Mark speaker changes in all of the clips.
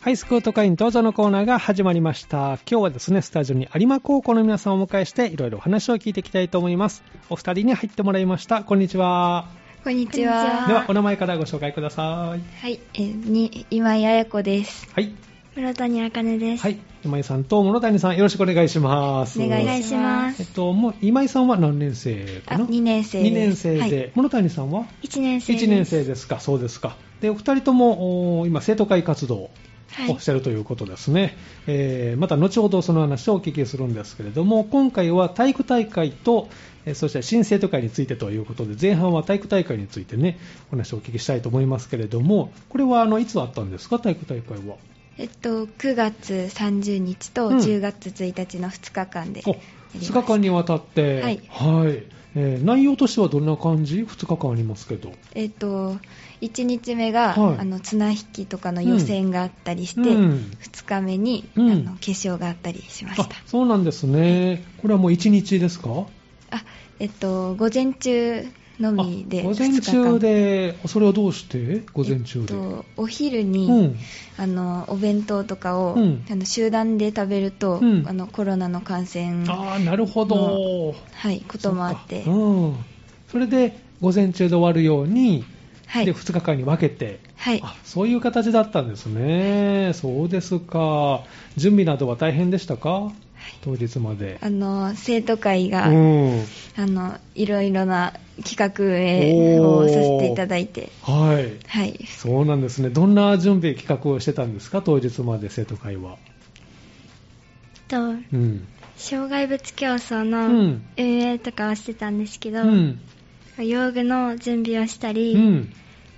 Speaker 1: はい、スクート会員登場のコーナーが始まりました。今日はですね、スタジオに有馬高校の皆さんをお迎えして、いろいろお話を聞いていきたいと思います。お二人に入ってもらいました。こんにちは。
Speaker 2: こんにち
Speaker 1: で
Speaker 2: は。
Speaker 1: は、お名前からご紹介ください。
Speaker 2: はい、えーに今井彩子です。
Speaker 1: はい。
Speaker 2: 村谷茜で
Speaker 1: はい。今井さんと室谷さん、よろしくお願いします。
Speaker 2: お願いしま
Speaker 1: え
Speaker 2: す
Speaker 1: っ。と、もう今井さんは何年生か
Speaker 2: あ、
Speaker 1: な
Speaker 2: 2年生です。
Speaker 1: 二年生で、
Speaker 2: はい、
Speaker 1: 室谷さんは
Speaker 2: 1年生です。
Speaker 1: 1年生ですか、そうですか。で、お二人とも、おー今、生徒会活動
Speaker 2: は
Speaker 1: を
Speaker 2: い
Speaker 1: し。てるということですね、えーまた後ほどその話をお聞きするんですけれども今回は体育大会と、えーそして新生徒会についてということで前半は体育大会についてねお話をお聞きしたいと思いますけれどもこれはあのいつあったんですか体育大会は
Speaker 2: えっと、9月30日と
Speaker 1: うん
Speaker 2: 10月1日の2日間でや
Speaker 1: お
Speaker 2: りまし
Speaker 1: 2
Speaker 2: た、
Speaker 1: 日間にわたって
Speaker 2: はい
Speaker 1: はいえー内容としてはどんな感じ2日間ありますけど
Speaker 2: えっと、1日目が、
Speaker 1: はい
Speaker 2: あの綱引きとかの予選があったりして、
Speaker 1: うん
Speaker 2: 2日目に、
Speaker 1: うん
Speaker 2: あの決勝があったりしまし
Speaker 1: あ
Speaker 2: た。
Speaker 1: そうなんですねこれはもう1日ですか
Speaker 2: あ、えっと、午前中のみで
Speaker 1: あ
Speaker 2: 2
Speaker 1: 午
Speaker 2: 日間。
Speaker 1: 前中でそれはどうして午前中で、
Speaker 2: えっと、お昼に、
Speaker 1: うん
Speaker 2: あのお弁当とかを、
Speaker 1: うん
Speaker 2: あの集団で食べると、
Speaker 1: うん
Speaker 2: あのコロナの感染は
Speaker 1: ああ、なるほど。
Speaker 2: いこともあって
Speaker 1: そかうん。それで、午前中で終わるように、
Speaker 2: はい
Speaker 1: で、2日間に分けて、
Speaker 2: はい
Speaker 1: あ、そういう形だったんですね。そうですか。準備などは大変でしたか当日まで。
Speaker 2: あの生徒会
Speaker 1: う
Speaker 2: が、
Speaker 1: ん。
Speaker 2: あのいろいろな企画運営をさせていただいて
Speaker 1: はい。
Speaker 2: はい
Speaker 1: そうなんですね。どんな準備、企画をしてたんですか当日まで生徒会は。
Speaker 3: と
Speaker 1: うん。
Speaker 3: 障害物競争
Speaker 1: う
Speaker 3: の
Speaker 1: ん。
Speaker 3: 運営とかをしてたんですけ
Speaker 1: う
Speaker 3: ど、
Speaker 1: ん。
Speaker 3: 用具の準備をした
Speaker 1: う
Speaker 3: り、
Speaker 1: ん。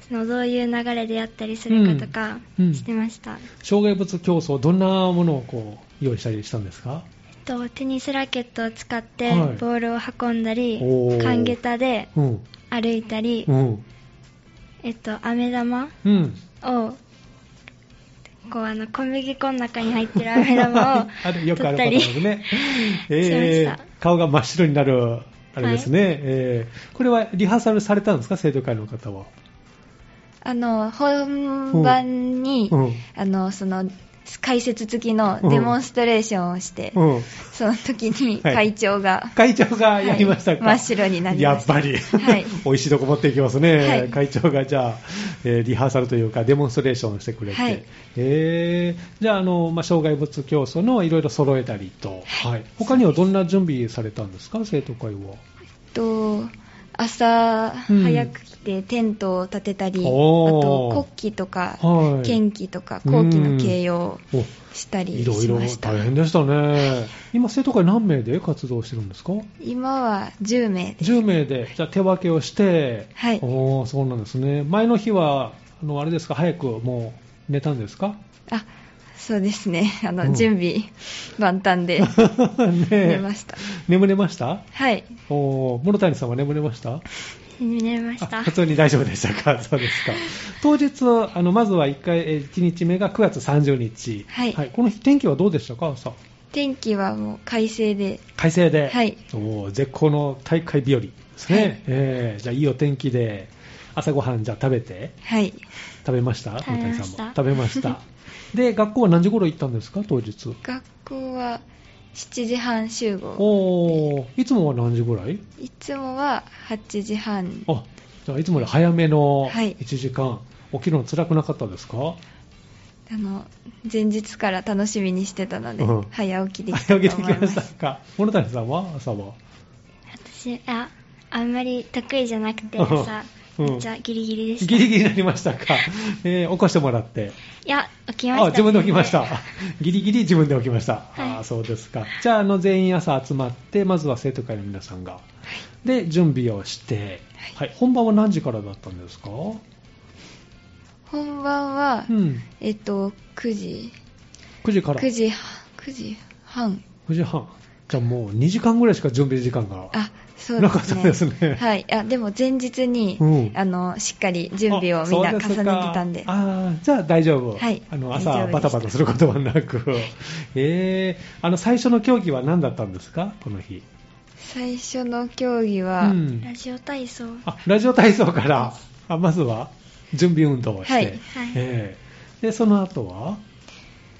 Speaker 3: そのどういう流れでやったりするかとか
Speaker 1: うんうん
Speaker 3: してました、
Speaker 1: 障害物競争、どんなものをこう、用意したりしたんですか
Speaker 3: とテニスラケットを使って
Speaker 1: はい
Speaker 3: ボールを運んだり、
Speaker 1: おー
Speaker 3: 半下駄で
Speaker 1: うん。
Speaker 3: 歩いたり、
Speaker 1: うん。
Speaker 3: えっと飴玉
Speaker 1: うん。
Speaker 3: をこうあの小麦粉の中に入ってる飴玉を
Speaker 1: あるよくあるパ
Speaker 3: 取っ
Speaker 1: タ
Speaker 3: た
Speaker 1: ーン
Speaker 3: り。
Speaker 1: ですね
Speaker 3: しました
Speaker 1: 顔が真っ白になる、あれですね、えーこれはリハーサルされたんですか、生徒会の方は。
Speaker 2: あの本番に、
Speaker 1: うん。
Speaker 2: あのその解説付きのデモンストレーションをして、
Speaker 1: うん。
Speaker 2: その時に
Speaker 1: はい
Speaker 2: 会長が、
Speaker 1: 会長がやりましたか、
Speaker 2: はい真っ白になりました
Speaker 1: やっぱり、
Speaker 2: はい
Speaker 1: 美味しいとこ持っていきますね、
Speaker 2: はい
Speaker 1: 会長がじゃあ、えーリハーサルというかデモンストレーションをしてくれて、
Speaker 2: はい
Speaker 1: えーじゃああの、まあ、障害物競争のいろいろ揃えたりと、はい、他にはどんな準備されたんですか生徒会は
Speaker 2: えっと朝
Speaker 1: うん
Speaker 2: 早く来てテントを立てたり、あ
Speaker 1: おー
Speaker 2: と国旗とか、
Speaker 1: はい
Speaker 2: 県旗とか後期の掲揚を
Speaker 1: お
Speaker 2: したり
Speaker 1: い
Speaker 2: しま
Speaker 1: ろいろ
Speaker 2: した
Speaker 1: 大変でしたね。今、生徒会何名で活動してるんですか
Speaker 2: 今は10名です
Speaker 1: ?10 名で、じゃあ手分けをして、
Speaker 2: はい
Speaker 1: おーそうなんですね。前の日は、あの、あれですか、早くもう寝たんですか
Speaker 2: あそうですね あの、
Speaker 1: うん
Speaker 2: 準備万端 で
Speaker 1: ね
Speaker 2: 寝
Speaker 1: え
Speaker 2: ました
Speaker 1: 眠れました
Speaker 2: はい
Speaker 1: おー室谷さんは眠れました
Speaker 3: 寝れまし
Speaker 1: あ
Speaker 3: た
Speaker 1: 普通に大丈夫でした かそうですか。当日、あの、まずは1回、えー1日目が9月30日。
Speaker 2: はい
Speaker 1: この日、天気はどうでしたか朝。
Speaker 2: 天気はもう快晴で
Speaker 1: 快晴で、
Speaker 2: はい
Speaker 1: おー絶好の大会日和ですね、
Speaker 2: はい
Speaker 1: えーじゃあいいお天気で朝ごはんじゃあ食べて
Speaker 2: はい
Speaker 1: 食べました
Speaker 3: 食べました
Speaker 1: 大谷さんも食べました で学校は何時頃行ったんですか当日
Speaker 2: 学校は7時半集合
Speaker 1: おーいつもは何時ぐらい
Speaker 2: いつもは8時半
Speaker 1: あじゃあいつもより早めの
Speaker 2: はい
Speaker 1: 1時間、起きるの辛くなかったですか
Speaker 2: あの前日から楽しみにしてたので、
Speaker 1: うん
Speaker 2: 早起きできたと
Speaker 1: 早
Speaker 2: 思
Speaker 1: 起
Speaker 2: い
Speaker 1: きできま
Speaker 2: ま
Speaker 1: し
Speaker 2: す
Speaker 1: たか物谷さんは朝は
Speaker 3: 私ああんまり得意じゃなくてさ
Speaker 1: うん
Speaker 3: めっちゃギリギリでした
Speaker 1: ギリギリになりましたか、えー起こしてもらって
Speaker 3: いや起きました
Speaker 1: あ自分で起きました。 ギリギリ自分で起きました。
Speaker 3: はい
Speaker 1: あそうですか。じゃあ、あの、全員朝集まって、まずは生徒会の皆さんが。で、準備をして、はい、本番は何時からだったんですか
Speaker 2: 本番は、
Speaker 1: うん。
Speaker 2: えっと9時
Speaker 1: 9時から。
Speaker 2: 9時9時半
Speaker 1: 9時半。じゃあもう2時間ぐらいしか準備時間が。
Speaker 2: あそうで
Speaker 1: なかっ
Speaker 2: す
Speaker 1: た
Speaker 2: ね
Speaker 1: ですね
Speaker 2: はいあでも前日に、
Speaker 1: うん
Speaker 2: あのしっかり準備をみんな重ねてたんで
Speaker 1: あそうすかあーじゃあ大丈夫。
Speaker 2: はい
Speaker 1: あの、
Speaker 2: 大丈夫
Speaker 1: 朝
Speaker 2: でした
Speaker 1: バタバタすることはな く。えー、あの、最初の競技は何だったんですかこの日。
Speaker 2: 最初の競技
Speaker 1: う
Speaker 2: は、
Speaker 1: ん。
Speaker 3: ラジオ体操
Speaker 1: あラジオ体操から、あまずは準備運動をして、
Speaker 2: はいはい
Speaker 1: ええでその後は、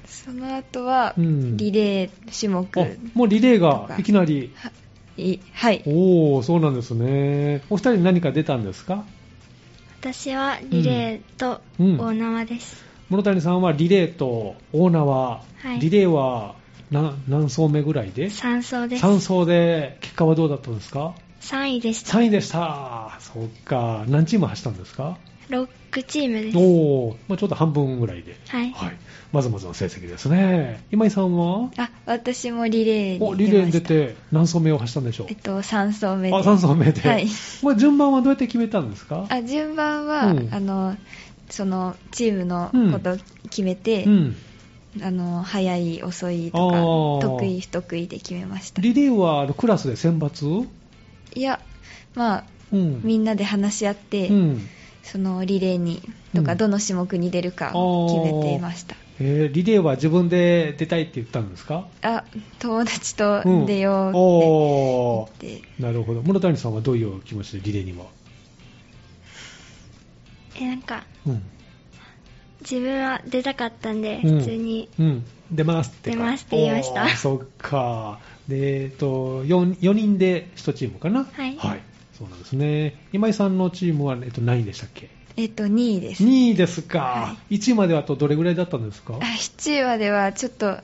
Speaker 2: その後は、
Speaker 1: うん
Speaker 2: リレー種目
Speaker 1: あもうリレーがいきなり、
Speaker 2: いはい
Speaker 1: おお、そうなんですね。お二人何か出たんですか
Speaker 3: 私はリレーと
Speaker 1: うん
Speaker 3: 大縄です、
Speaker 1: 室谷さんはリレーとオーナーは、
Speaker 3: はい
Speaker 1: リレーは何何走目ぐらいで
Speaker 3: 三走です
Speaker 1: 3走で結果はどうだったんですか
Speaker 3: 3位でした
Speaker 1: 3位でしたそっか何チーム走ったんですか
Speaker 3: 6チームです
Speaker 1: おお、まあ、ちょっと半分ぐらいで、
Speaker 3: はい
Speaker 1: まずまずの成績ですね今井さんは
Speaker 2: あ私もリレーに出ま
Speaker 1: お
Speaker 2: した
Speaker 1: リレーに出て何走目を走ったんでしょう
Speaker 2: えっと3走目で
Speaker 1: あ3走目で、
Speaker 2: はい
Speaker 1: これ順番はどうやって決めたんですか
Speaker 2: あ順番は、
Speaker 1: うん
Speaker 2: あのそのチームのことを決めて、
Speaker 1: うん、
Speaker 2: あの早い遅い
Speaker 1: あ
Speaker 2: とか
Speaker 1: ー
Speaker 2: 得意不得意で決めました
Speaker 1: リレーはあのクラスで選抜、
Speaker 2: いやまあ
Speaker 1: うん、
Speaker 2: みんなで話し合って、
Speaker 1: うん
Speaker 2: そのリレーにとか、
Speaker 1: うん
Speaker 2: どの種目に出るか
Speaker 1: あー
Speaker 2: 決めていました
Speaker 1: えーリレーは自分で出たいって言ったんですか
Speaker 2: あ友達と出ようって
Speaker 1: おー
Speaker 2: 言って、
Speaker 1: なるほど室谷さんはどういう気持ちでリレーには、
Speaker 3: えなんか
Speaker 1: うん
Speaker 3: 自分は出たかったんで、
Speaker 1: うん
Speaker 3: 普通に
Speaker 1: うん、出ますってか
Speaker 3: 出ますって言いました
Speaker 1: おーそっかで、えっと 4, 4人で1チームかな
Speaker 3: はい
Speaker 1: そうなんですね今井さんのチームは、えっと、何位でしたっけ
Speaker 2: えっと2位です
Speaker 1: 2位ですか、
Speaker 2: は
Speaker 1: 1位まではあとどれぐらいだったんですか
Speaker 2: あ7位まではちょっと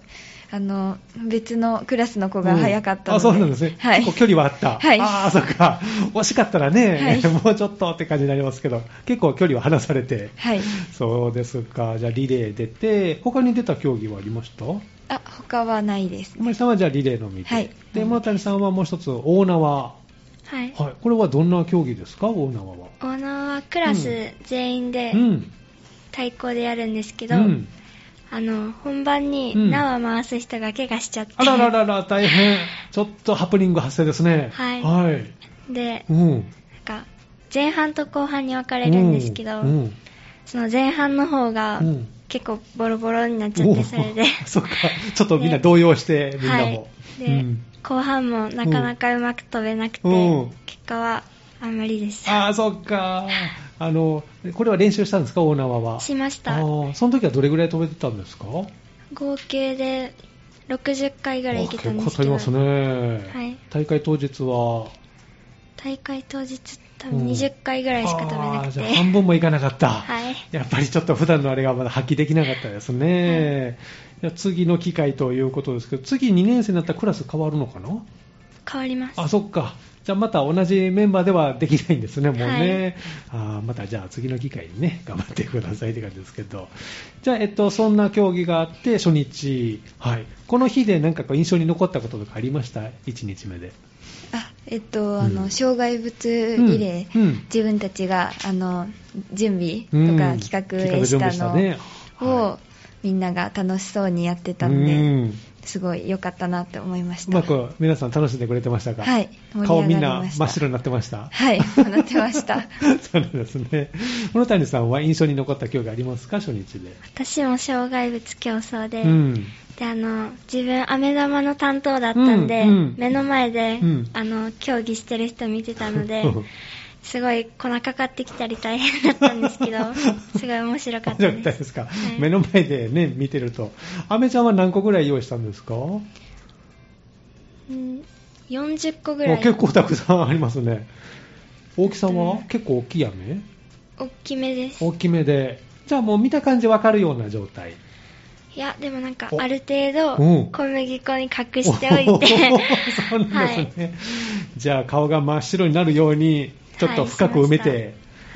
Speaker 2: あの別のクラスの子が早かったので、
Speaker 1: うんあそうなんですね、
Speaker 2: はい、
Speaker 1: 結構距離はあった、
Speaker 2: はい
Speaker 1: ああそっか惜しかったらね、
Speaker 2: は い
Speaker 1: もうちょっとって感じになりますけど結構距離は離されて
Speaker 2: はい、
Speaker 1: そうですかじゃあリレー出て他に出た競技はありました
Speaker 2: あ他はないです
Speaker 1: 今井さんはじゃあリレーのみで、
Speaker 2: はい
Speaker 1: で室谷さんはもう一つ大縄、は
Speaker 3: はい
Speaker 1: い、これはどんな競技ですか大縄は
Speaker 3: 大縄はクラス全員で
Speaker 1: うん
Speaker 3: 対抗でやるんですけ
Speaker 1: う
Speaker 3: ど、
Speaker 1: ん、
Speaker 3: あの本番に
Speaker 1: うん
Speaker 3: 縄回す人が怪我しちゃって、
Speaker 1: あらららら大変ちょっとハプニング発生ですね
Speaker 3: はい
Speaker 1: はい
Speaker 3: で
Speaker 1: うん、
Speaker 3: なんか前半と後半に分かれるんですけど、
Speaker 1: うん
Speaker 3: その前半の方が
Speaker 1: うん
Speaker 3: 結構ボロボロになっちゃって、それで
Speaker 1: おー そうかちょっとみんな動揺して、みんなも、
Speaker 3: はいで、
Speaker 1: うん
Speaker 3: 後半もなかなかうまく飛べなくて、
Speaker 1: うん
Speaker 3: 結果はあんまりでした
Speaker 1: ああそっ かあのこれは練習したんですか大縄は
Speaker 3: しました
Speaker 1: あーその時はどれぐらい飛べてたんですか
Speaker 3: 合計で60回ぐらいいけたんで
Speaker 1: あ結構飛
Speaker 3: すけ
Speaker 1: び
Speaker 3: ど
Speaker 1: ますね、
Speaker 3: はい
Speaker 1: 大会当日は
Speaker 3: 大会当日多
Speaker 1: う
Speaker 3: 分
Speaker 1: ん
Speaker 3: 20回ぐらいしか飛べな
Speaker 1: あー
Speaker 3: く
Speaker 1: じ
Speaker 3: て、
Speaker 1: ゃあ半分もいかなかった、
Speaker 3: はい
Speaker 1: やっぱりちょっと普段のあれがまだ発揮できなかったですね、じゃあ次の機会ということですけど次2年生になったらクラス変わるのかな
Speaker 3: 変わります
Speaker 1: あそっか、じゃあまた同じメンバーではできないんですね、もうね、あーまたじゃあ次の機会にね、 頑張ってくださいって感じですけど、じゃあ、えっと、そんな競技があって、初日、はい、この日でなんかこう印象に残ったこととかありました、1日目で。
Speaker 2: あえっと、
Speaker 1: ん
Speaker 2: あの障害物リレ
Speaker 1: う
Speaker 2: ー、
Speaker 1: んうん
Speaker 2: 自分たちがあの準備
Speaker 1: うん
Speaker 2: とか企画
Speaker 1: 企画準備
Speaker 2: し
Speaker 1: したた
Speaker 2: の
Speaker 1: ね
Speaker 2: を、
Speaker 1: は
Speaker 2: みんなが楽しそうにやってた
Speaker 1: うん
Speaker 2: で、
Speaker 1: ん
Speaker 2: すごい良かったなって思いまし
Speaker 1: う
Speaker 2: た。
Speaker 1: まく皆さん楽しんでくれてましたか、
Speaker 2: はい
Speaker 1: 顔み
Speaker 2: 盛り
Speaker 1: ん
Speaker 2: 上
Speaker 1: な
Speaker 2: がりました
Speaker 1: 真っ白になってました、
Speaker 2: はい、なってました。
Speaker 1: そうなんですね、室谷さんは印象に残った競技ありますか、初日で。
Speaker 3: 私も障害物競争で、
Speaker 1: うん
Speaker 3: であの自分、飴玉の担当だったんで、
Speaker 1: うんうん
Speaker 3: 目の前で、
Speaker 1: うん
Speaker 3: あの競技してる人見てた ので、
Speaker 1: うん
Speaker 3: すごい粉かかってきたり大変だったんですけ ど、すごい面白かった
Speaker 1: 面白か
Speaker 3: で
Speaker 1: った
Speaker 3: す。
Speaker 1: ですか、
Speaker 3: はい
Speaker 1: 目の前でね、見てると。アメちゃんは何個ぐらい用意したんですか
Speaker 3: うん40個ぐら
Speaker 1: お
Speaker 3: い
Speaker 1: 結構たくさんありますね。大きさ
Speaker 3: う
Speaker 1: は
Speaker 3: ん
Speaker 1: 結構大きい飴
Speaker 3: 大きめです。
Speaker 1: 大きめで。じゃあもう見た感じわかるような状態。
Speaker 3: いや、でもなんか
Speaker 1: お
Speaker 3: ある程度
Speaker 1: うん
Speaker 3: 小麦粉に隠しておいて、
Speaker 1: おー そうなんですね。じゃあ顔が真っ白になるように、ちょっと深く埋めて。
Speaker 3: はいしま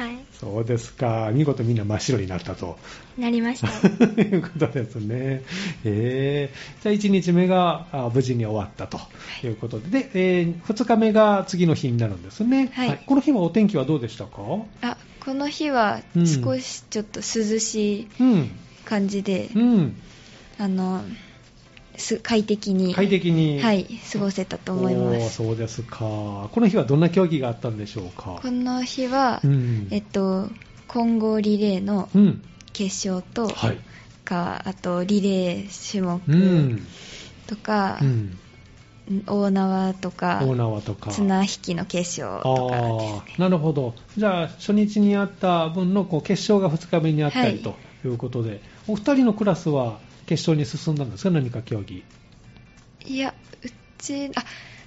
Speaker 3: はい、
Speaker 1: そうですか。見事みんな真っ白になったと。
Speaker 3: なりました。
Speaker 1: ということですね。えー、じゃあ1日目があ無事に終わったということで、で、え2日目が次の日になるんですね。
Speaker 2: はい
Speaker 1: この日はお天気はどうでしたか
Speaker 2: あこの日は
Speaker 1: うん
Speaker 2: 少しちょっと涼しい
Speaker 1: うん。
Speaker 2: 感じで、
Speaker 1: うん。
Speaker 2: あのす快適に
Speaker 1: 快適に。
Speaker 2: はい、過ごせたと思います。
Speaker 1: おーそうですか。この日はどんな競技があったんでしょうか
Speaker 2: この日は、
Speaker 1: うん
Speaker 2: えっと、混合リレーの
Speaker 1: うん。
Speaker 2: 決勝とか、
Speaker 1: はい。
Speaker 2: あとリレー種
Speaker 1: うん
Speaker 2: 目。とか、
Speaker 1: うん。
Speaker 2: 大縄と
Speaker 1: オ
Speaker 2: か
Speaker 1: ーナーとか。
Speaker 2: 綱引きの決勝とかですね
Speaker 1: あーなるほど、じゃあ初日にあった分のこう決勝が2日目にあったり
Speaker 2: は
Speaker 1: ということで、お二人のクラスは決勝に進んだんですか、何か競技。
Speaker 2: いや、うち、あ、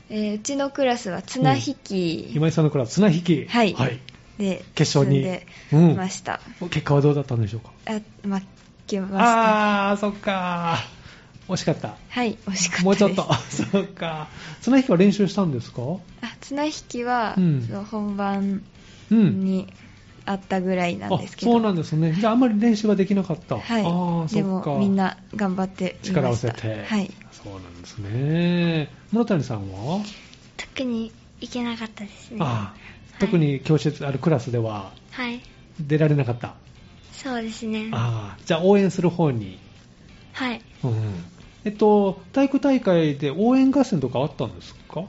Speaker 2: えーうちのクラスは綱引き
Speaker 1: 今井さんのクラス、綱引き、
Speaker 2: はいで
Speaker 1: 決勝に
Speaker 2: 進んで
Speaker 1: うん
Speaker 2: ました。
Speaker 1: 結果はどうだったんでしょうか。
Speaker 2: あ、負けました。
Speaker 1: あー、そっか、惜しかった、
Speaker 2: はい、惜しかったです。
Speaker 1: もうちょっと、 そっか、綱引きは練習したんですか、
Speaker 2: あ綱引きは、
Speaker 1: うん
Speaker 2: そう本番
Speaker 1: うん、
Speaker 2: にあったぐらいなんですけど、
Speaker 1: そうなんですね、じゃあ、あんまり練習はできなかった、あ
Speaker 2: は
Speaker 1: ー
Speaker 2: い、で
Speaker 1: そっか
Speaker 2: もみんな頑張っていました
Speaker 1: 力を合わせて、
Speaker 2: はい、
Speaker 1: そうなんですね、室谷さんは、
Speaker 3: 特に行けなかったですね。
Speaker 1: あー特に教室、あるクラスでは
Speaker 3: はい。
Speaker 1: 出られなかった、
Speaker 3: そうですね。
Speaker 1: あーじゃあ、応援する方に。
Speaker 3: はい。
Speaker 1: うんえっと、体育大会で応援合戦とかあったんですか、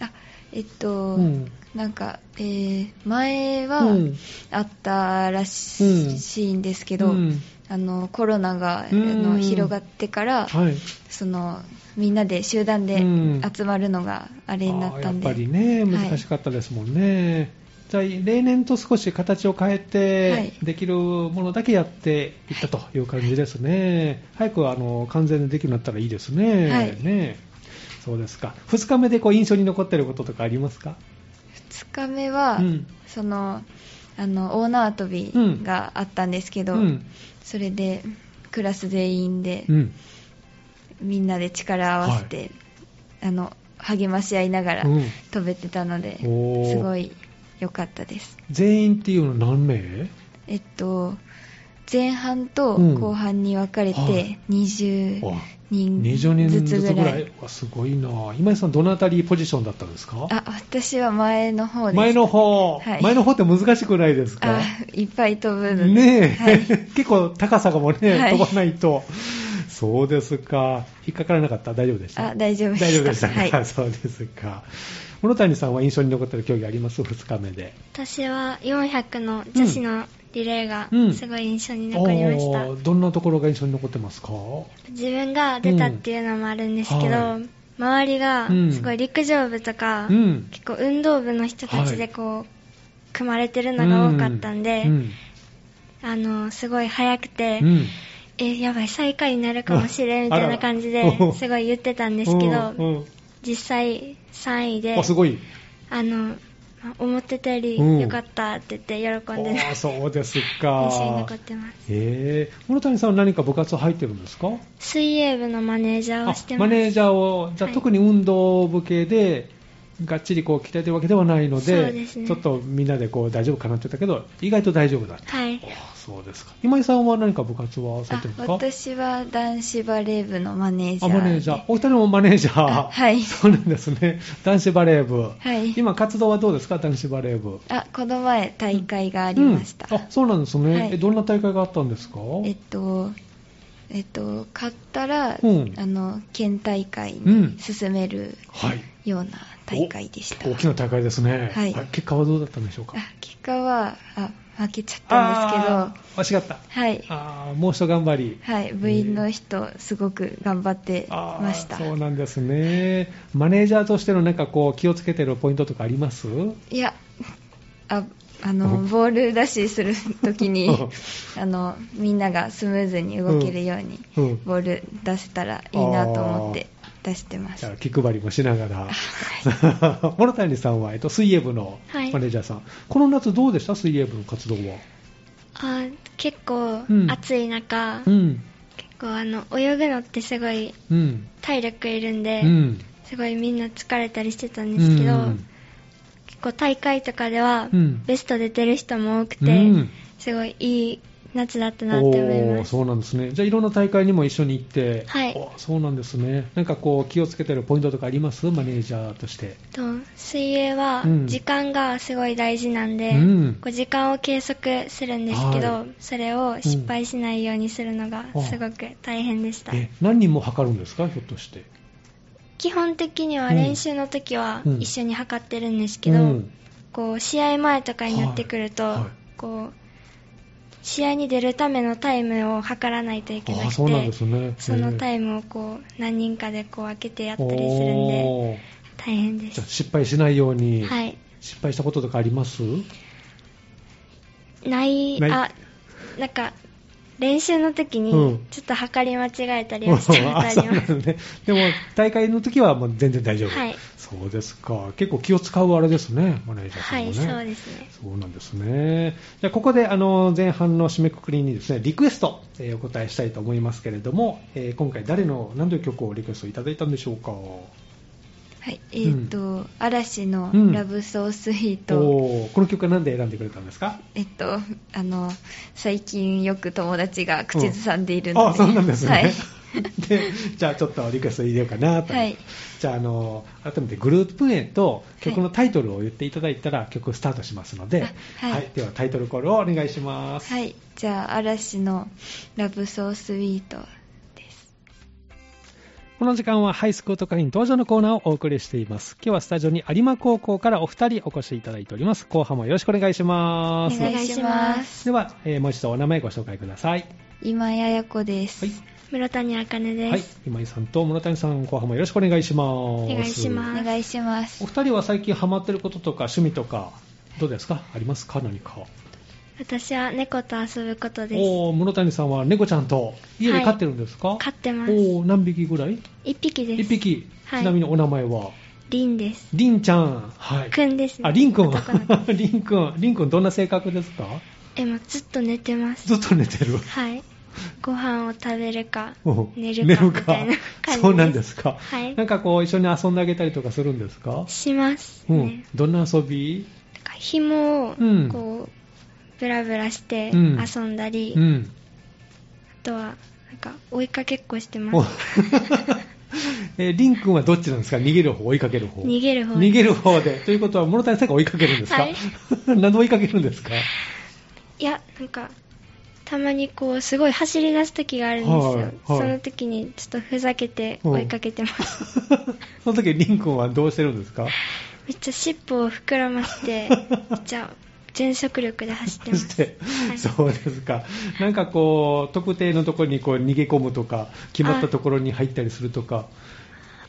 Speaker 2: あえっと、
Speaker 1: うん
Speaker 2: なんか、えー前は
Speaker 1: うん
Speaker 2: あったらし,、
Speaker 1: うん
Speaker 2: いんですけど、
Speaker 1: うん
Speaker 2: あのコロナが、
Speaker 1: うん
Speaker 2: あの広がってから、
Speaker 1: はい、
Speaker 2: そのみんなで集団で
Speaker 1: うん
Speaker 2: 集まるのがあれになったんで、
Speaker 1: あーやっぱりね、
Speaker 2: はい
Speaker 1: 難しかったですもんね。じゃあ例年と少し形を変えて、
Speaker 2: はい
Speaker 1: できるものだけやっていったという感じですね、早くあの完全にできるようになったらいいですね、
Speaker 2: はい
Speaker 1: ねそうですか2日目でこう印象に残っていることとかありますか、
Speaker 2: 2日目は、
Speaker 1: うん
Speaker 2: そのあの大縄跳びがあったんですけ
Speaker 1: う
Speaker 2: ど、
Speaker 1: ん
Speaker 2: それでクラス全員で、
Speaker 1: うん
Speaker 2: みんなで力を合わせて、あの励まし合いながら
Speaker 1: うん
Speaker 2: 飛べてたので、
Speaker 1: おー
Speaker 2: すごい良かったです
Speaker 1: 全員っていうのは何名
Speaker 2: えっと前半と
Speaker 1: うん
Speaker 2: 後半に分かれ
Speaker 1: は
Speaker 2: て
Speaker 1: い
Speaker 2: 20
Speaker 1: あ
Speaker 2: 人
Speaker 1: 20人
Speaker 2: ず
Speaker 1: ず
Speaker 2: つ
Speaker 1: つ
Speaker 2: ぐ
Speaker 1: ぐ
Speaker 2: ら
Speaker 1: ら
Speaker 2: い
Speaker 1: い、わすごいな、今井さん、どのあたりポジションだったんですか、
Speaker 2: あ私は前の方です
Speaker 1: 前の方、
Speaker 2: はい
Speaker 1: 前の方って難しくないですか
Speaker 2: あ、いっぱい飛ぶので
Speaker 1: ねえ、
Speaker 2: はい
Speaker 1: 結構高さがもね、
Speaker 2: はい
Speaker 1: 飛ばないと、そうですか、引っかからなかった、大丈夫でした。
Speaker 2: あ大丈夫でした
Speaker 1: 大丈夫でしたか、
Speaker 2: は い
Speaker 1: そうですか。室谷さんは印象に残ってる競技あります、2日目で。
Speaker 3: 私は400の女子のリレーが
Speaker 1: うん
Speaker 3: すごい印象に残りました。
Speaker 1: おーどんなところが印象に残ってますか
Speaker 3: 自分が出たっていうのもあるんですけど、
Speaker 1: うん
Speaker 3: 周りが
Speaker 1: うん
Speaker 3: すごい陸上部とか、
Speaker 1: うん
Speaker 3: 結構運動部の人たち
Speaker 1: は
Speaker 3: で
Speaker 1: い
Speaker 3: こう組まれてるのが多かったんで、
Speaker 1: うん
Speaker 3: あのすごい速くて、
Speaker 1: うん
Speaker 3: えやばい最下位になるかもしれんみたいな感じ
Speaker 1: あら
Speaker 3: で
Speaker 1: おう
Speaker 3: すごい言ってたんですけど、
Speaker 1: うんうん
Speaker 3: 実際3位で
Speaker 1: あすごい
Speaker 3: あのま思ってたより
Speaker 1: うん
Speaker 3: 良かったって言って喜んでる、
Speaker 1: あーそうです
Speaker 3: 印象に
Speaker 1: か
Speaker 3: 残ってます
Speaker 1: えー、室谷さんは何か部活入ってるんですか
Speaker 3: 水泳部のマネージャーをして
Speaker 1: あ
Speaker 3: ま
Speaker 1: マ
Speaker 3: す
Speaker 1: ネージャーを、じゃあ、
Speaker 3: はい
Speaker 1: 特に運動部系で、がっちりこう鍛えてるわけではないの
Speaker 3: そう
Speaker 1: で、
Speaker 3: ですね
Speaker 1: ちょっとみんなでこう大丈夫かなって言ったけど、意外と大丈夫だった。
Speaker 3: はい
Speaker 1: あそうですか。今井さんは何か部活はされてるんです
Speaker 2: あ
Speaker 1: か
Speaker 2: 私は男子バレー部のマネージャ
Speaker 1: あ
Speaker 2: ー
Speaker 1: マネージャー。お二人もマネージャー。
Speaker 2: あはい
Speaker 1: そうなんですね。男子バレー部。
Speaker 2: はい
Speaker 1: 今、活動はどうですか、男子バレー部。
Speaker 2: あこの前大会がありました、
Speaker 1: うんあそうなんですね、
Speaker 2: はい
Speaker 1: えどんな大会があったんですか
Speaker 2: えっと、えっと、勝ったら、
Speaker 1: うん
Speaker 2: あの県大会
Speaker 1: うん
Speaker 2: に進める
Speaker 1: はい。
Speaker 2: ような大会でした。
Speaker 1: 大きな大会ですね。
Speaker 2: はい
Speaker 1: 結果はどうだったんでしょうか。
Speaker 2: あ結果はあ負けちゃったんですけど、
Speaker 1: あー惜しかった。
Speaker 2: はい、
Speaker 1: あーもう一頑張り。
Speaker 2: はい、部員の人、すごく頑張って
Speaker 1: あー
Speaker 2: ました。
Speaker 1: そうなんですね。マネージャーとしてのなんかこう気をつけてるポイントとかあります
Speaker 2: いや、ああのボールダッシュすると きにあの、みんながスムーズに動けるように、
Speaker 1: うん。
Speaker 2: ボール出せたらいいなと思って出してま
Speaker 1: じ
Speaker 2: す
Speaker 1: ゃあ。気配りもしながら。 諸谷さんは、えっと、水泳部のマ
Speaker 3: はい
Speaker 1: ネージャーさん、この夏どうでした水泳部の活動は。
Speaker 3: あ結構
Speaker 1: うん
Speaker 3: 暑い中、
Speaker 1: うん。
Speaker 3: 結構あの泳ぐのってすごい
Speaker 1: うん。
Speaker 3: 体力いるんで、
Speaker 1: うん。
Speaker 3: すごいみんな疲れたりしてたんですけど、
Speaker 1: うん
Speaker 3: 結構大会とかでは
Speaker 1: うん
Speaker 3: ベスト出てる人も多くて、
Speaker 1: うん
Speaker 3: すごいいい夏だったなって
Speaker 1: お
Speaker 3: 思いま
Speaker 1: ー
Speaker 3: す
Speaker 1: そうなんですね。じゃあいろんな大会にも一緒に行って、
Speaker 3: はい
Speaker 1: おそうなんですね。なんかこう気をつけてるポイントとかありますマネージャーとして。
Speaker 3: と水泳は
Speaker 1: うん
Speaker 3: 時間がすごい大事なんで、
Speaker 1: うん
Speaker 3: こう時間を計測するんですけど、
Speaker 1: はい
Speaker 3: それを失敗しないようにするのがすごく大変でした、
Speaker 1: え、何人も測るんですかひょっとして。
Speaker 3: 基本的には練習の時は
Speaker 1: うん
Speaker 3: 一緒に測ってるんですけど、
Speaker 1: うん
Speaker 3: こう試合前とかになってくると、
Speaker 1: はいはい
Speaker 3: こう試合に出るためのタイムを測らないといけな
Speaker 1: あ
Speaker 3: く
Speaker 1: あ
Speaker 3: て
Speaker 1: そうなんですね。
Speaker 3: そのタ
Speaker 1: イ
Speaker 3: イムをこう何人かでこう開けてやったりするんで大変で
Speaker 1: じゃあ
Speaker 3: す、
Speaker 1: 失敗しないように、
Speaker 3: はい、
Speaker 1: 失敗したこととかあります
Speaker 3: ない
Speaker 1: ない
Speaker 3: あなんか練習の時に
Speaker 1: うん
Speaker 3: ちょっと測り間違えたり
Speaker 1: うん
Speaker 3: はしたこと
Speaker 1: あ
Speaker 3: あ
Speaker 1: そう
Speaker 3: り
Speaker 1: な
Speaker 3: ます、
Speaker 1: のね。でも、大会の時はもう全然大丈夫。
Speaker 3: はい
Speaker 1: そうですか。結構気を使うあれですね、マネージャーさ
Speaker 3: は
Speaker 1: んも
Speaker 3: い
Speaker 1: ね。
Speaker 3: そうですね
Speaker 1: そうなんですね。じゃあ、ここで、あの、前半の締めくくりにですね、リクエスト、えーお答えしたいと思いますけれども、えー今回誰の、何という曲をリクエストいただいたんでしょうか。
Speaker 2: はい、えっ、と、嵐の
Speaker 1: うん
Speaker 2: ラブソースイート、
Speaker 1: おーこの曲は何で選んでくれたんですか
Speaker 2: えっと、あの、最近よく友達が口ずさんでいるので、
Speaker 1: あ、そうなんですね。
Speaker 2: はい。
Speaker 1: で、じゃあちょっとリクエスト入れようかなと。
Speaker 2: はい
Speaker 1: じゃあ、あの、改めてグループ名と曲のタイトルを言っていただいたら曲スタートしますので、
Speaker 2: あはい
Speaker 1: ではタイトルコールをお願いします。
Speaker 2: はい、じゃあ、嵐のラブソースイートです。
Speaker 1: この時間はハイスクート会員登場のコーナーをお送りしています。今日はスタジオに有馬高校からお二人お越しいただいております。後半もよろしくお願いし
Speaker 2: お
Speaker 1: ます。
Speaker 2: 願いします。
Speaker 1: では、えーもう一度お名前ご紹介ください。
Speaker 2: 今ややこです。
Speaker 1: はい。
Speaker 3: 室谷茜です、
Speaker 1: はい。今井さんと室谷さん、後半もよろしくお願いします。お
Speaker 3: 願いします
Speaker 2: お願いします
Speaker 1: お。二人は最近ハマってることとか趣味とかどうですかありますか何か
Speaker 3: 私は猫と遊ぶことです
Speaker 1: おー室谷さんは猫ちゃんと家で飼ってるんですか、
Speaker 3: 飼ってます
Speaker 1: おー何匹ぐらい
Speaker 3: 一匹です
Speaker 1: 一匹、
Speaker 3: はい
Speaker 1: ちなみにお名前は
Speaker 3: リンです
Speaker 1: りんちゃんはい
Speaker 3: くんですね
Speaker 1: ありんくん
Speaker 3: 男の子
Speaker 1: りんくんりんくんどんな性格ですか
Speaker 3: えもうずっと寝てます
Speaker 1: ずっと寝てる
Speaker 3: はいご飯を食べるか
Speaker 1: うん
Speaker 3: 寝るかみたいな感じです
Speaker 1: そうなんですか、
Speaker 3: はい
Speaker 1: なんかこう一緒に遊んであげたりとかするんですか、
Speaker 3: します
Speaker 1: う
Speaker 3: ね、
Speaker 1: ん、どんな遊び
Speaker 3: なんか紐を
Speaker 1: うん
Speaker 3: こうブラブラして
Speaker 1: うん
Speaker 3: 遊んだり、
Speaker 1: うん
Speaker 3: あとはなんか追いかけっこしてま
Speaker 1: お
Speaker 3: す
Speaker 1: えー、リン君はどっちなんですか逃げる方、追いかける方。
Speaker 3: 逃げる方
Speaker 1: 逃げる方で。ということは、物谷さんが追いかけるんですか、
Speaker 3: はい
Speaker 1: 何で追いかけるんですか
Speaker 3: いやなんかたまにこうすごい走り出す時があるんですよ、
Speaker 1: はいはい
Speaker 3: その時にちょっとふざけて追いかけてます、
Speaker 1: その時、リン君はどうしてるんですか
Speaker 3: めっちゃ尻尾を膨らまして じゃあ全速力で走って
Speaker 1: そ
Speaker 3: ま
Speaker 1: し
Speaker 3: す
Speaker 1: て、
Speaker 3: はい
Speaker 1: そうですか。なんかこう、特定のところにこう逃げ込むとか、決まったところに入ったりするとか、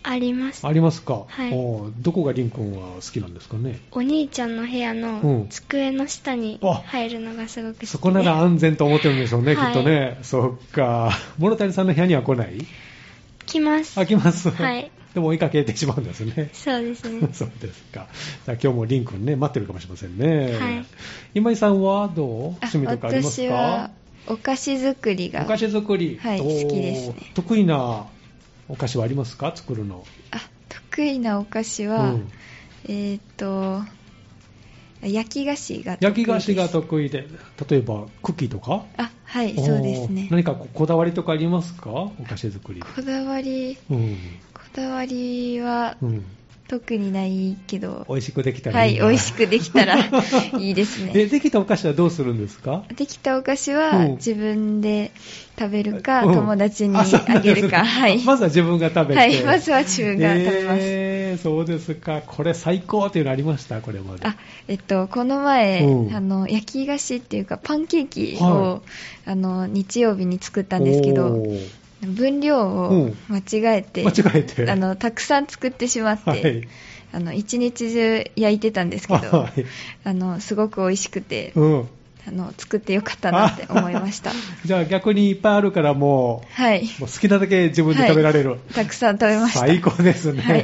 Speaker 3: あります
Speaker 1: ありますか、
Speaker 3: はい
Speaker 1: おーどこがリン君は好きなんですかね
Speaker 3: お兄ちゃんの部屋
Speaker 1: う
Speaker 3: の
Speaker 1: ん
Speaker 3: 机の下に
Speaker 1: あ
Speaker 3: 入るのがすごく好きで
Speaker 1: そこなら安全と思ってるんでしょうね、
Speaker 3: はい
Speaker 1: きっとね。そっか。物谷さんの部屋には来ない
Speaker 3: 来ます
Speaker 1: 開きます。
Speaker 3: はい。
Speaker 1: でも追いかけてしまうんですね。
Speaker 3: そうですね
Speaker 1: そうですか。じゃあ今日もリン君ね、待ってるかもしれませんね。
Speaker 3: はい
Speaker 1: 今井さんはどう趣味とかあります
Speaker 2: 私は
Speaker 1: か
Speaker 2: お菓子作り
Speaker 1: お
Speaker 2: が
Speaker 1: 菓子作り。
Speaker 2: はい
Speaker 1: おー
Speaker 2: 好きですね
Speaker 1: 得意なお菓子はありますか作るの。
Speaker 2: あ得意なお菓子は、
Speaker 1: うん
Speaker 2: えーっ、と焼き菓子が得意
Speaker 1: 焼き菓
Speaker 2: です
Speaker 1: 子が得意で、例えばクッキーとか
Speaker 2: あはいそうです
Speaker 1: おー
Speaker 2: ね
Speaker 1: 何かここだわりとかありますかお菓子作り。
Speaker 2: こだわり
Speaker 1: うん。
Speaker 2: こだわりは
Speaker 1: うん。
Speaker 2: 特にないけど、
Speaker 1: 美味しくできたら
Speaker 2: はい美
Speaker 1: な
Speaker 2: 味しくでき たらいいです
Speaker 1: え、
Speaker 2: ね
Speaker 1: できたお菓子はどうするんですか
Speaker 2: できたお菓子
Speaker 1: う
Speaker 2: は
Speaker 1: ん
Speaker 2: 自分で食べるか、
Speaker 1: うん
Speaker 2: 友達にあげるか、
Speaker 1: そうなん
Speaker 2: は
Speaker 1: ですね
Speaker 2: い、
Speaker 1: まずは自分が食べて。
Speaker 2: はい、まずは自分が食べます、
Speaker 1: えーそうですか。これ最高っていうのありましたこれまで。
Speaker 2: あえっと、この前、
Speaker 1: うん
Speaker 2: あの焼き菓子っていうかパンケーキを、
Speaker 1: は
Speaker 2: あの日曜日に作ったんですけ
Speaker 1: お
Speaker 2: ど
Speaker 1: ー
Speaker 2: 分量
Speaker 1: う
Speaker 2: を
Speaker 1: ん
Speaker 2: 間違えて,、
Speaker 1: 間違えて。
Speaker 2: あのたくさん作ってしまって、
Speaker 1: はい。
Speaker 2: あの一日中焼いてたんですけど、
Speaker 1: はい
Speaker 2: あのすごく美味しくて、
Speaker 1: うん。
Speaker 2: あの作ってよかったなって思いま した。
Speaker 1: じゃあ逆にいっぱいあるからも
Speaker 2: はい、
Speaker 1: う、もう好きなだけ自分で食べられる。
Speaker 2: はいたくさん食べました。
Speaker 1: 最高ですね、
Speaker 2: はい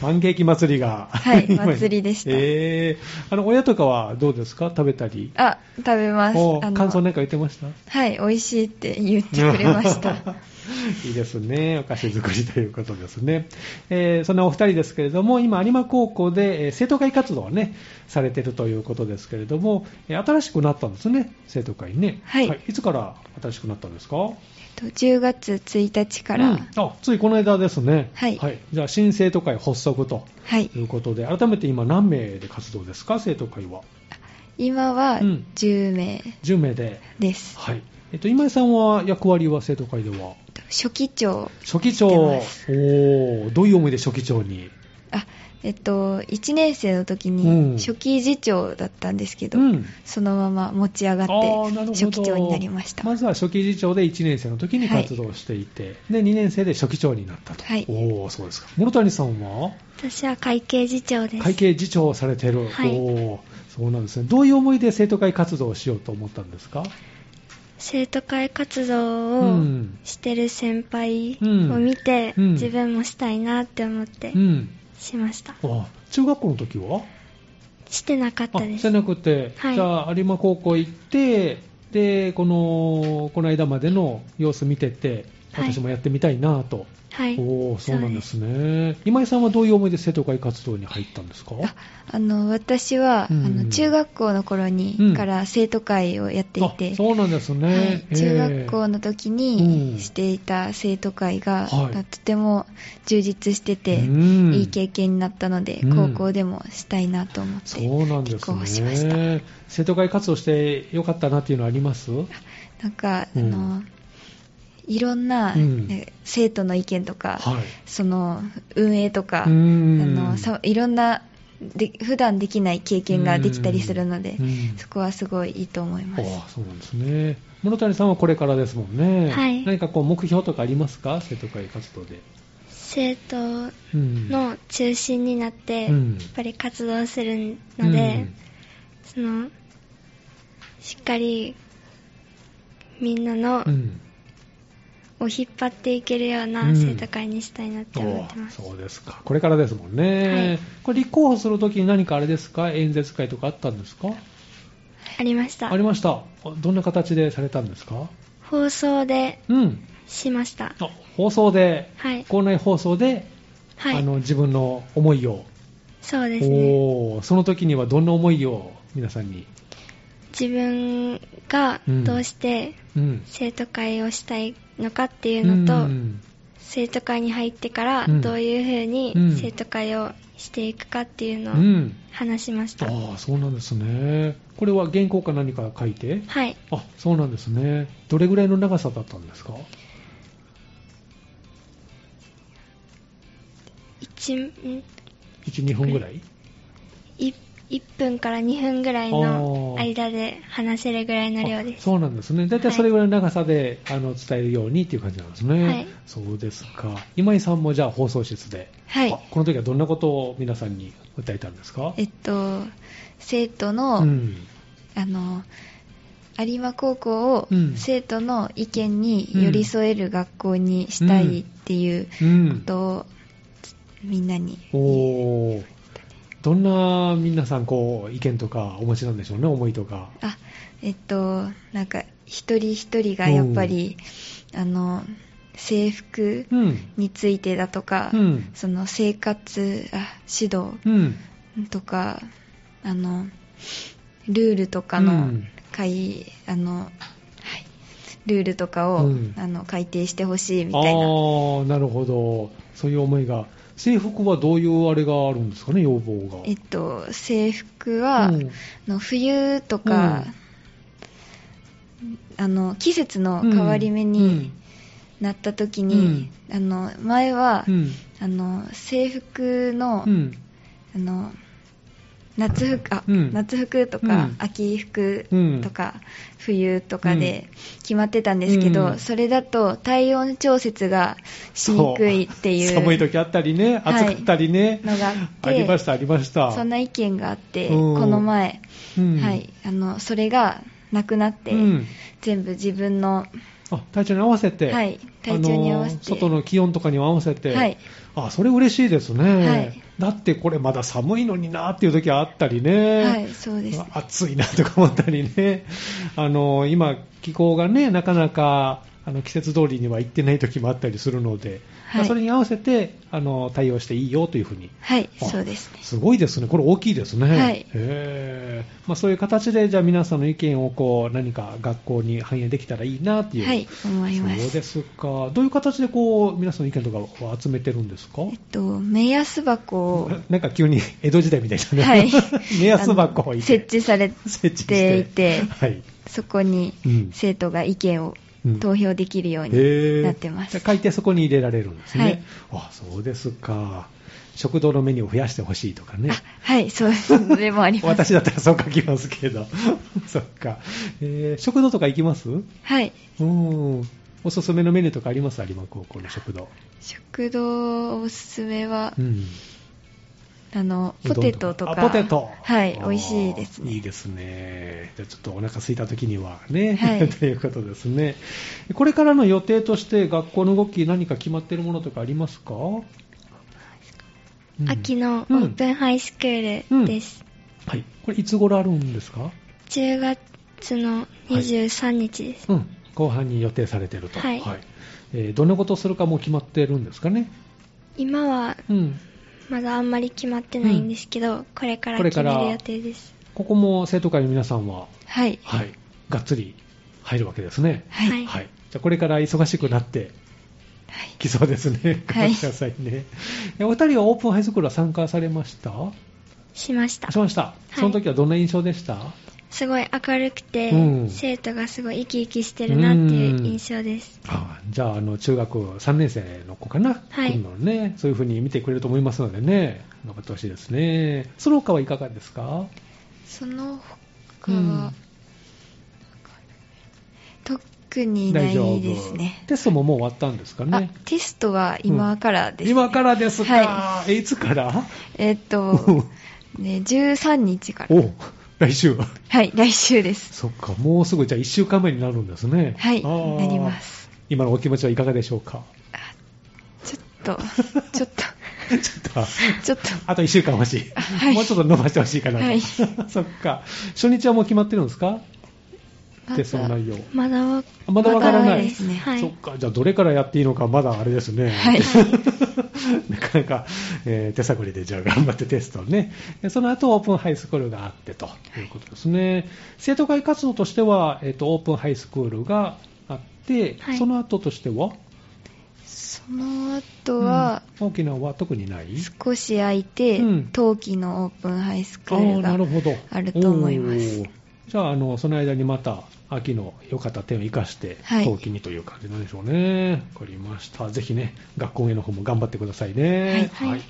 Speaker 1: パンケーキ祭りが。
Speaker 2: はい祭りでした
Speaker 1: えーあの、親とかはどうですか食べたり。
Speaker 2: あ、食べます。
Speaker 1: お
Speaker 2: あの
Speaker 1: 感想なんか言ってました
Speaker 2: はい、美味しいって言ってくれました。
Speaker 1: いいですね。お菓子作りということですね。えーそんなお二人ですけれども、今、有馬高校で、えー生徒会活動をね、されてるということですけれども、えー新しくなったんですね、生徒会ね。
Speaker 2: はい
Speaker 1: いつから新しくなったんですか
Speaker 2: と10月1日から、
Speaker 1: うんあ、ついこの間ですね。
Speaker 2: はい
Speaker 1: じゃあ、新生徒会発足と
Speaker 2: はい
Speaker 1: い、うことで、改めて今何名で活動ですか、生徒会は。
Speaker 2: 今は
Speaker 1: うん
Speaker 2: 10名
Speaker 1: 10名で。
Speaker 2: です。
Speaker 1: はい。えっと、今井さんは役割は生徒会では
Speaker 2: と初期長、
Speaker 1: 初期長、
Speaker 2: やって
Speaker 1: お
Speaker 2: ます
Speaker 1: ーどういう思いで初期長に、
Speaker 2: あ、えっと、1年生の時
Speaker 1: うん
Speaker 2: に初期次長だったんですけど、
Speaker 1: うん
Speaker 2: そのまま持ち上が
Speaker 1: あ
Speaker 2: っ
Speaker 1: ー
Speaker 2: て
Speaker 1: なるほど
Speaker 2: 初期長になりました。
Speaker 1: まずは初期次長で1年生の時に活動していて、で2年生で初期長になったと、
Speaker 2: はい
Speaker 1: おーそうですか諸谷さんは
Speaker 3: 私は会計次長です
Speaker 1: 会計次長をされてる、
Speaker 3: はい
Speaker 1: おーそうなんですねどういう思いで生徒会活動をしようと思ったんですか
Speaker 3: 生徒会活動
Speaker 1: う
Speaker 3: を
Speaker 1: ん
Speaker 3: してる先輩を
Speaker 1: うん
Speaker 3: 見て、
Speaker 1: うん
Speaker 3: 自分もしたいなって思って
Speaker 1: うん、
Speaker 3: しました、
Speaker 1: あ中学校の時は
Speaker 3: してなかっ
Speaker 1: あ
Speaker 3: たで
Speaker 1: じゃ
Speaker 3: す
Speaker 1: なくて、
Speaker 3: はい
Speaker 1: じゃあ有馬高校行ってでこのこの間までの様子見てて
Speaker 3: はい
Speaker 1: 私もやってみたいなと、
Speaker 3: はい
Speaker 1: おおそうなんですね今井さんはどういう思いで生徒会活動に入ったんですか
Speaker 2: ああの私は、
Speaker 1: うん
Speaker 2: あの中学校の頃
Speaker 1: う
Speaker 2: に
Speaker 1: ん
Speaker 2: から生徒会をやっていて、
Speaker 1: あそうなんですね、
Speaker 2: はい、中学校
Speaker 1: の
Speaker 2: の時
Speaker 1: うん
Speaker 2: にしていた生徒会が、
Speaker 1: はい
Speaker 2: とても充実してて、いい経験になったので、
Speaker 1: うん
Speaker 2: 高校でもしたいなと思って
Speaker 1: そうなんで
Speaker 2: 立
Speaker 1: す
Speaker 2: 候補しました。
Speaker 1: ね生徒会活動してよかったなっていうのはあります
Speaker 2: なんか、
Speaker 1: うん
Speaker 2: あのいろんな、
Speaker 1: うん
Speaker 2: ね生徒の意見とか、
Speaker 1: はい
Speaker 2: その運営と
Speaker 1: う
Speaker 2: か、あ
Speaker 1: ん
Speaker 2: のさいろんなで普段できない経験ができたりするので
Speaker 1: う、ん
Speaker 2: そこはすごいいいと思います。
Speaker 1: ああそうなんですね室谷さんはこれからですもんね、
Speaker 3: はい
Speaker 1: 何かこう目標とかありますか生徒会活動で、
Speaker 3: 生徒
Speaker 1: うん
Speaker 3: の中心になって、
Speaker 1: うん
Speaker 3: やっぱり活動するので、そのしっかりみんなの
Speaker 1: うんうん
Speaker 3: を引っ張っていけるよう
Speaker 1: う
Speaker 3: なん生徒会にしたいなって思
Speaker 1: お
Speaker 3: ってます、
Speaker 1: そうですかこれからですもんね、
Speaker 3: はい
Speaker 1: これ立候補するときに何かあれですか演説会とかあったんですか
Speaker 3: ありました
Speaker 1: ありましたあどんな形でされたんですか
Speaker 3: 放送で
Speaker 1: うん
Speaker 3: しました
Speaker 1: あ放送で
Speaker 3: はい
Speaker 1: 校内放送で、
Speaker 3: は
Speaker 1: あ
Speaker 3: い
Speaker 1: の自分の思いを、
Speaker 3: そうですね
Speaker 1: おーその時にはどんな思いを皆さんに、
Speaker 3: 自分がどうして
Speaker 1: うん、
Speaker 3: 生徒会をしたいのかっていうのと、
Speaker 1: うん
Speaker 3: 生徒会に入ってから
Speaker 1: うん
Speaker 3: どういうふうに
Speaker 1: うん
Speaker 3: 生徒会をしていくかっていう
Speaker 1: う
Speaker 3: のを
Speaker 1: ん、
Speaker 3: 話しました、
Speaker 1: ああそうなんですねこれは原稿か何か書いて
Speaker 3: はい
Speaker 1: あそうなんですねどれぐらいの長さだったんですか
Speaker 3: 1
Speaker 1: 12分ぐらい
Speaker 3: 1分から2分ぐらいの間で話せるぐらいの量で
Speaker 1: あ
Speaker 3: す
Speaker 1: そうなんですね大体それぐらいの長さで、あの伝えるようにっていう感じなんですね、
Speaker 3: はい
Speaker 1: そうですか今井さんもじゃあ放送室で、
Speaker 2: はい
Speaker 1: あこの時はどんなことを皆さんに訴えたんですか
Speaker 2: えっと、生徒の、
Speaker 1: うん
Speaker 2: あの有馬高校を
Speaker 1: うん
Speaker 2: 生徒の意見に寄り添える学校にしたいっていう
Speaker 1: う
Speaker 2: こ
Speaker 1: ん、
Speaker 2: とを、みんなに
Speaker 1: おーどんな皆さんこう意見とかお持ちなんでしょうね思いとか
Speaker 2: あえっとなんか一人一人がやっぱりあの制服
Speaker 1: うん
Speaker 2: についてだとか、
Speaker 1: うん
Speaker 2: その生活あ指導
Speaker 1: うん
Speaker 2: とかあのルールとか
Speaker 1: う
Speaker 2: の
Speaker 1: ん
Speaker 2: 改、あの、はい、ルールとかを、
Speaker 1: うん
Speaker 2: あの改定してほしいみたい
Speaker 1: あ
Speaker 2: な
Speaker 1: ーなるほどそういう思いが制服はどういうあれがあるんですかね要望が
Speaker 2: えっと制服は、
Speaker 1: うん
Speaker 2: あの冬とか、あの季節の変わり目になった時に、あの前は、
Speaker 1: うん
Speaker 2: あの制服の,、
Speaker 1: うん
Speaker 2: あの夏服あ、
Speaker 1: うん
Speaker 2: 夏服とか、
Speaker 1: うん
Speaker 2: 秋服
Speaker 1: うん
Speaker 2: とか、冬とかで決まってたんですけど、
Speaker 1: うん
Speaker 2: それだと体温調節がしにくいってい
Speaker 1: そう寒いう時あったりね
Speaker 2: はい
Speaker 1: 暑かったりね、
Speaker 2: のがあって、
Speaker 1: ありましたありました
Speaker 2: そんな意見があって、
Speaker 1: うん
Speaker 2: この前、
Speaker 1: うん
Speaker 2: はい、あのそれがなくなって、
Speaker 1: うん
Speaker 2: 全部自分の、
Speaker 1: あ体調に合わせて、
Speaker 2: はい、体調に合わせ
Speaker 1: あの
Speaker 2: て、
Speaker 1: 外の気温とかに合わせて、
Speaker 2: はい
Speaker 1: あそれ嬉しいですね、
Speaker 2: はい
Speaker 1: だってこれまだ寒いのになっていう時はあったりね、
Speaker 2: はい、そうです、ね、
Speaker 1: 暑いなとか思ったりね、 あの今、気候がね、なかなかあの季節通りには行ってない時もあったりするので、まあ
Speaker 2: はい
Speaker 1: それに合わせてあの対応していいよというふうに、
Speaker 2: はい、
Speaker 1: あ
Speaker 2: そうですね。
Speaker 1: すごいですね、これ大きいですね、
Speaker 2: はい
Speaker 1: へーまあ、そういう形で、じゃあ皆さんの意見をこう何か学校に反映できたらいいなっていう、
Speaker 2: はい、思いま
Speaker 1: そう
Speaker 2: す。
Speaker 1: ですか、どういう形でこう皆さんの意見とかを集めてるんですか
Speaker 2: えっと、目安箱を
Speaker 1: な、なんか急に 江戸時代みたいなね、
Speaker 2: はい
Speaker 1: 目安箱を
Speaker 2: あ
Speaker 1: 置い
Speaker 2: の
Speaker 1: て
Speaker 2: 設置され
Speaker 1: 設置して
Speaker 2: いて、
Speaker 1: はい
Speaker 2: そこに
Speaker 1: うん
Speaker 2: 生徒が意見を
Speaker 1: うん
Speaker 2: 投票できるよう
Speaker 1: へ
Speaker 2: に
Speaker 1: ー
Speaker 2: なってます。
Speaker 1: じゃあ書いてそこに入れられるんですね。あ、そうですか。食堂のメニューを増やしてほしいとかね
Speaker 2: あ。はい、そうそれもあります。
Speaker 1: 私だったらそう書きますけど。 そっか、えー食堂とか行きますう
Speaker 2: はい、
Speaker 1: ん。おすすめのメニューとかあります有馬高校の食堂。
Speaker 2: 食堂おすすめは、
Speaker 1: うん。
Speaker 2: あのポテトとか
Speaker 1: うどんあポテト
Speaker 2: はい
Speaker 1: あー
Speaker 2: 美味しいです
Speaker 1: いい
Speaker 2: ね
Speaker 1: ですねじゃあちょっとお腹空いた時にはね、
Speaker 2: はい
Speaker 1: ということですねこれからの予定として学校の動き何か決まってるものとかありますか、うん
Speaker 3: 秋のオープンハイスクールです。
Speaker 1: はい、これいつ頃あるんですか、
Speaker 3: 10月の23日です。
Speaker 1: うん、後半に予定されてると、
Speaker 3: はい
Speaker 1: えーどんなことをするかもう決まってるんですかね、
Speaker 3: 今は
Speaker 1: うん、
Speaker 3: まだあんまり決まってないんですけど、これから
Speaker 1: これ
Speaker 3: 決
Speaker 1: から
Speaker 3: める予定です。
Speaker 1: ここも生徒会の皆さんは、
Speaker 2: はい
Speaker 1: はい、がっつり入るわけですね、
Speaker 2: はい
Speaker 3: はい
Speaker 1: はい、じゃあこれから忙しくなって
Speaker 2: はい
Speaker 1: きそうですね、
Speaker 2: はい
Speaker 1: 頑張ってくださいね、えお二人はオープンハイスクールは参加されました
Speaker 3: しました
Speaker 1: し。ました、
Speaker 3: い
Speaker 1: その時はどんな印象でした、
Speaker 3: すごい明るくて、
Speaker 1: うん
Speaker 3: 生徒がすごい生き生きしてるなっていう印象です。
Speaker 1: あじゃああの中学3年生の子かな、
Speaker 3: はい
Speaker 1: 来るのね、そういうふうに見てくれると思いますのでね、頑張ってほしいですね、その他はいかがですか、
Speaker 2: その他
Speaker 1: う
Speaker 2: は、
Speaker 1: ん
Speaker 2: 特にないですね
Speaker 1: テストももう終わったんですか
Speaker 2: あ
Speaker 1: ね、
Speaker 2: テストは今からです、
Speaker 1: 今からですか、
Speaker 2: は
Speaker 1: えいつから
Speaker 2: えーっ と、ね、13日から
Speaker 1: お来週、
Speaker 2: はい来週です
Speaker 1: そっか、もうすぐじゃあ1週間目になるんですね、
Speaker 2: はい
Speaker 1: あー
Speaker 2: なりま。す
Speaker 1: 今のお気持ちはいかがでしょうか、
Speaker 2: ちょっとちょっと
Speaker 1: ちょっと
Speaker 2: ちょっと
Speaker 1: あと1週間欲しい、
Speaker 2: はい
Speaker 1: もうちょっと伸ばしてほしいかな、
Speaker 2: は い
Speaker 1: そっか、初日はもう決まってるんですか、
Speaker 2: まだ
Speaker 1: テストの内容。
Speaker 3: まだわ
Speaker 1: あまだわから
Speaker 2: まだ
Speaker 1: な
Speaker 2: わからない
Speaker 1: い。
Speaker 2: ですね
Speaker 3: はい
Speaker 1: そっか、じゃあどれからやっていいのかまだあれですね。
Speaker 2: はい
Speaker 1: なかなか、えー手探りでじゃあ頑張ってテストをね。でその後オープンハイスクールがあってということですね。生徒会活動としては、えっ、と、オープンハイスクールがあって、
Speaker 3: はい
Speaker 1: その後としては
Speaker 2: その後は、
Speaker 1: うん、大きなのは特にない
Speaker 2: 少し空いて、
Speaker 1: うん
Speaker 2: 冬季のオープンハイスク
Speaker 1: あ
Speaker 2: ー
Speaker 1: ー
Speaker 2: ル
Speaker 1: な
Speaker 2: が
Speaker 1: るほど
Speaker 2: あると思います
Speaker 1: おーじゃああのその間にまた秋の良かった点を生かして
Speaker 2: はい
Speaker 1: 冬季にという感じなんでしょうね、わかりましたぜひね学校への方も頑張ってくださいね
Speaker 3: はいはい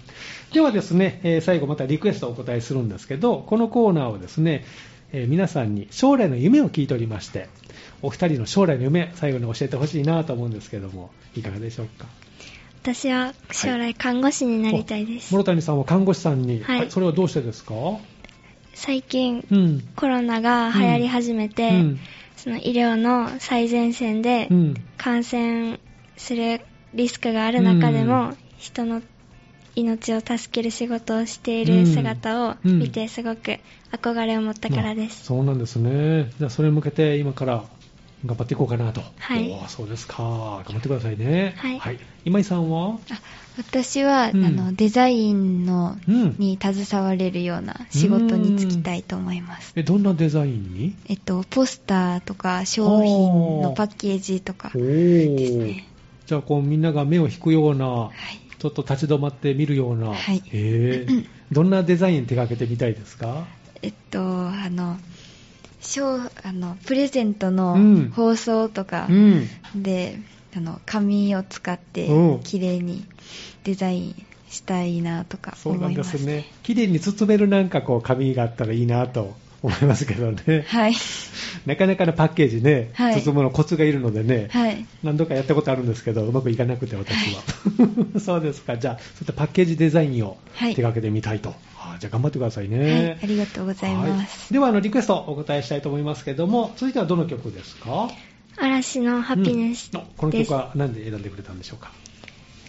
Speaker 1: ではですね、えー最後またリクエストをお答えするんですけどこのコーナーをですね、えー皆さんに将来の夢を聞いておりましてお二人の将来の夢最後に教えてほしいなと思うんですけどもいかがでしょうか
Speaker 3: 私は将来看護師になりたいです。
Speaker 1: お諸谷さんは看護師さんに、
Speaker 3: はい
Speaker 1: それはどうしてですか
Speaker 3: 最近
Speaker 1: うん
Speaker 3: コロナが流行り始めて、
Speaker 1: うん
Speaker 3: その医療の最前線で
Speaker 1: うん
Speaker 3: 感染するリスクがある中で
Speaker 1: う
Speaker 3: も人の命を助ける仕事をしている姿を見
Speaker 1: う
Speaker 3: て
Speaker 1: ん
Speaker 3: すごく憧れを持ったからです。
Speaker 1: まあそうなんですね。じゃあ、それに向けて今から頑張っていこうかなと。
Speaker 3: はい
Speaker 1: おーそうですか。頑張ってくださいね。
Speaker 3: はい
Speaker 1: 今井さんは
Speaker 2: あ私は、
Speaker 1: うん
Speaker 2: あのデザインの
Speaker 1: うん
Speaker 2: に携われるような仕事に就きたいと思います、
Speaker 1: え、どんなデザインに
Speaker 2: えっと、ポスターとか商品のパッケージとか
Speaker 1: お
Speaker 2: です
Speaker 1: ー
Speaker 2: ね
Speaker 1: じゃあ、こう、みんなが目を引くような、
Speaker 2: はい
Speaker 1: ちょっと立ち止まって見るような、
Speaker 2: はい
Speaker 1: へーどんなデザイン手掛けてみたいですか
Speaker 2: えっとあの商あのプレゼント
Speaker 1: う
Speaker 2: の
Speaker 1: ん
Speaker 2: 包装とか
Speaker 1: うん。
Speaker 2: で、あの紙を使って
Speaker 1: うん
Speaker 2: 綺麗にデザインしたいなとか
Speaker 1: そうな
Speaker 2: 思
Speaker 1: ん
Speaker 2: い
Speaker 1: で
Speaker 2: ます
Speaker 1: す
Speaker 2: ね
Speaker 1: ね。綺麗に包めるなんかこう、紙があったらいいなと思いますけどね。
Speaker 2: はい
Speaker 1: なかなかのパッケージね、
Speaker 2: はい
Speaker 1: 包むのコツがいるのでね、
Speaker 2: はい
Speaker 1: 何度かやったことあるんですけど、うまくいかなくて、私は。 そうですか、じゃあ、そういったパッケージデザインを
Speaker 2: は
Speaker 1: 手
Speaker 2: い
Speaker 1: 掛けてみたいと。あーじゃあ、頑張ってください
Speaker 2: はい
Speaker 1: ね。
Speaker 2: ありがとうございま
Speaker 1: は
Speaker 2: す
Speaker 1: いでは、あのリクエストお答えしたいと思いますけども、続いてはどの曲ですか
Speaker 3: 嵐のハピネスです。
Speaker 1: うんおこの曲は何で選んでくれたんでしょうか。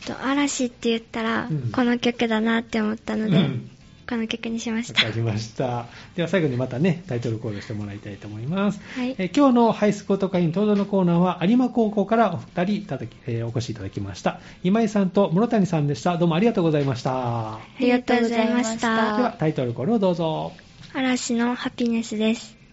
Speaker 3: と嵐って言ったら、
Speaker 1: うん
Speaker 3: この曲だなって思ったので、
Speaker 1: うん
Speaker 3: この曲にしまし
Speaker 1: わ
Speaker 3: た
Speaker 1: かりました。では最後にまたね、タイトルコールしてもらいたいと思います。
Speaker 3: はい
Speaker 1: えー今日のハイスコート会員登場のコーナーは、有馬高校からお二人いただき、えーお越しいただきました。今井さんと室谷さんでした。どうもありがとうございました。
Speaker 3: ありがとうございまし
Speaker 2: ありがとうございました
Speaker 3: た
Speaker 1: ではタイトルコールをどうぞ。
Speaker 3: 嵐のハピネスです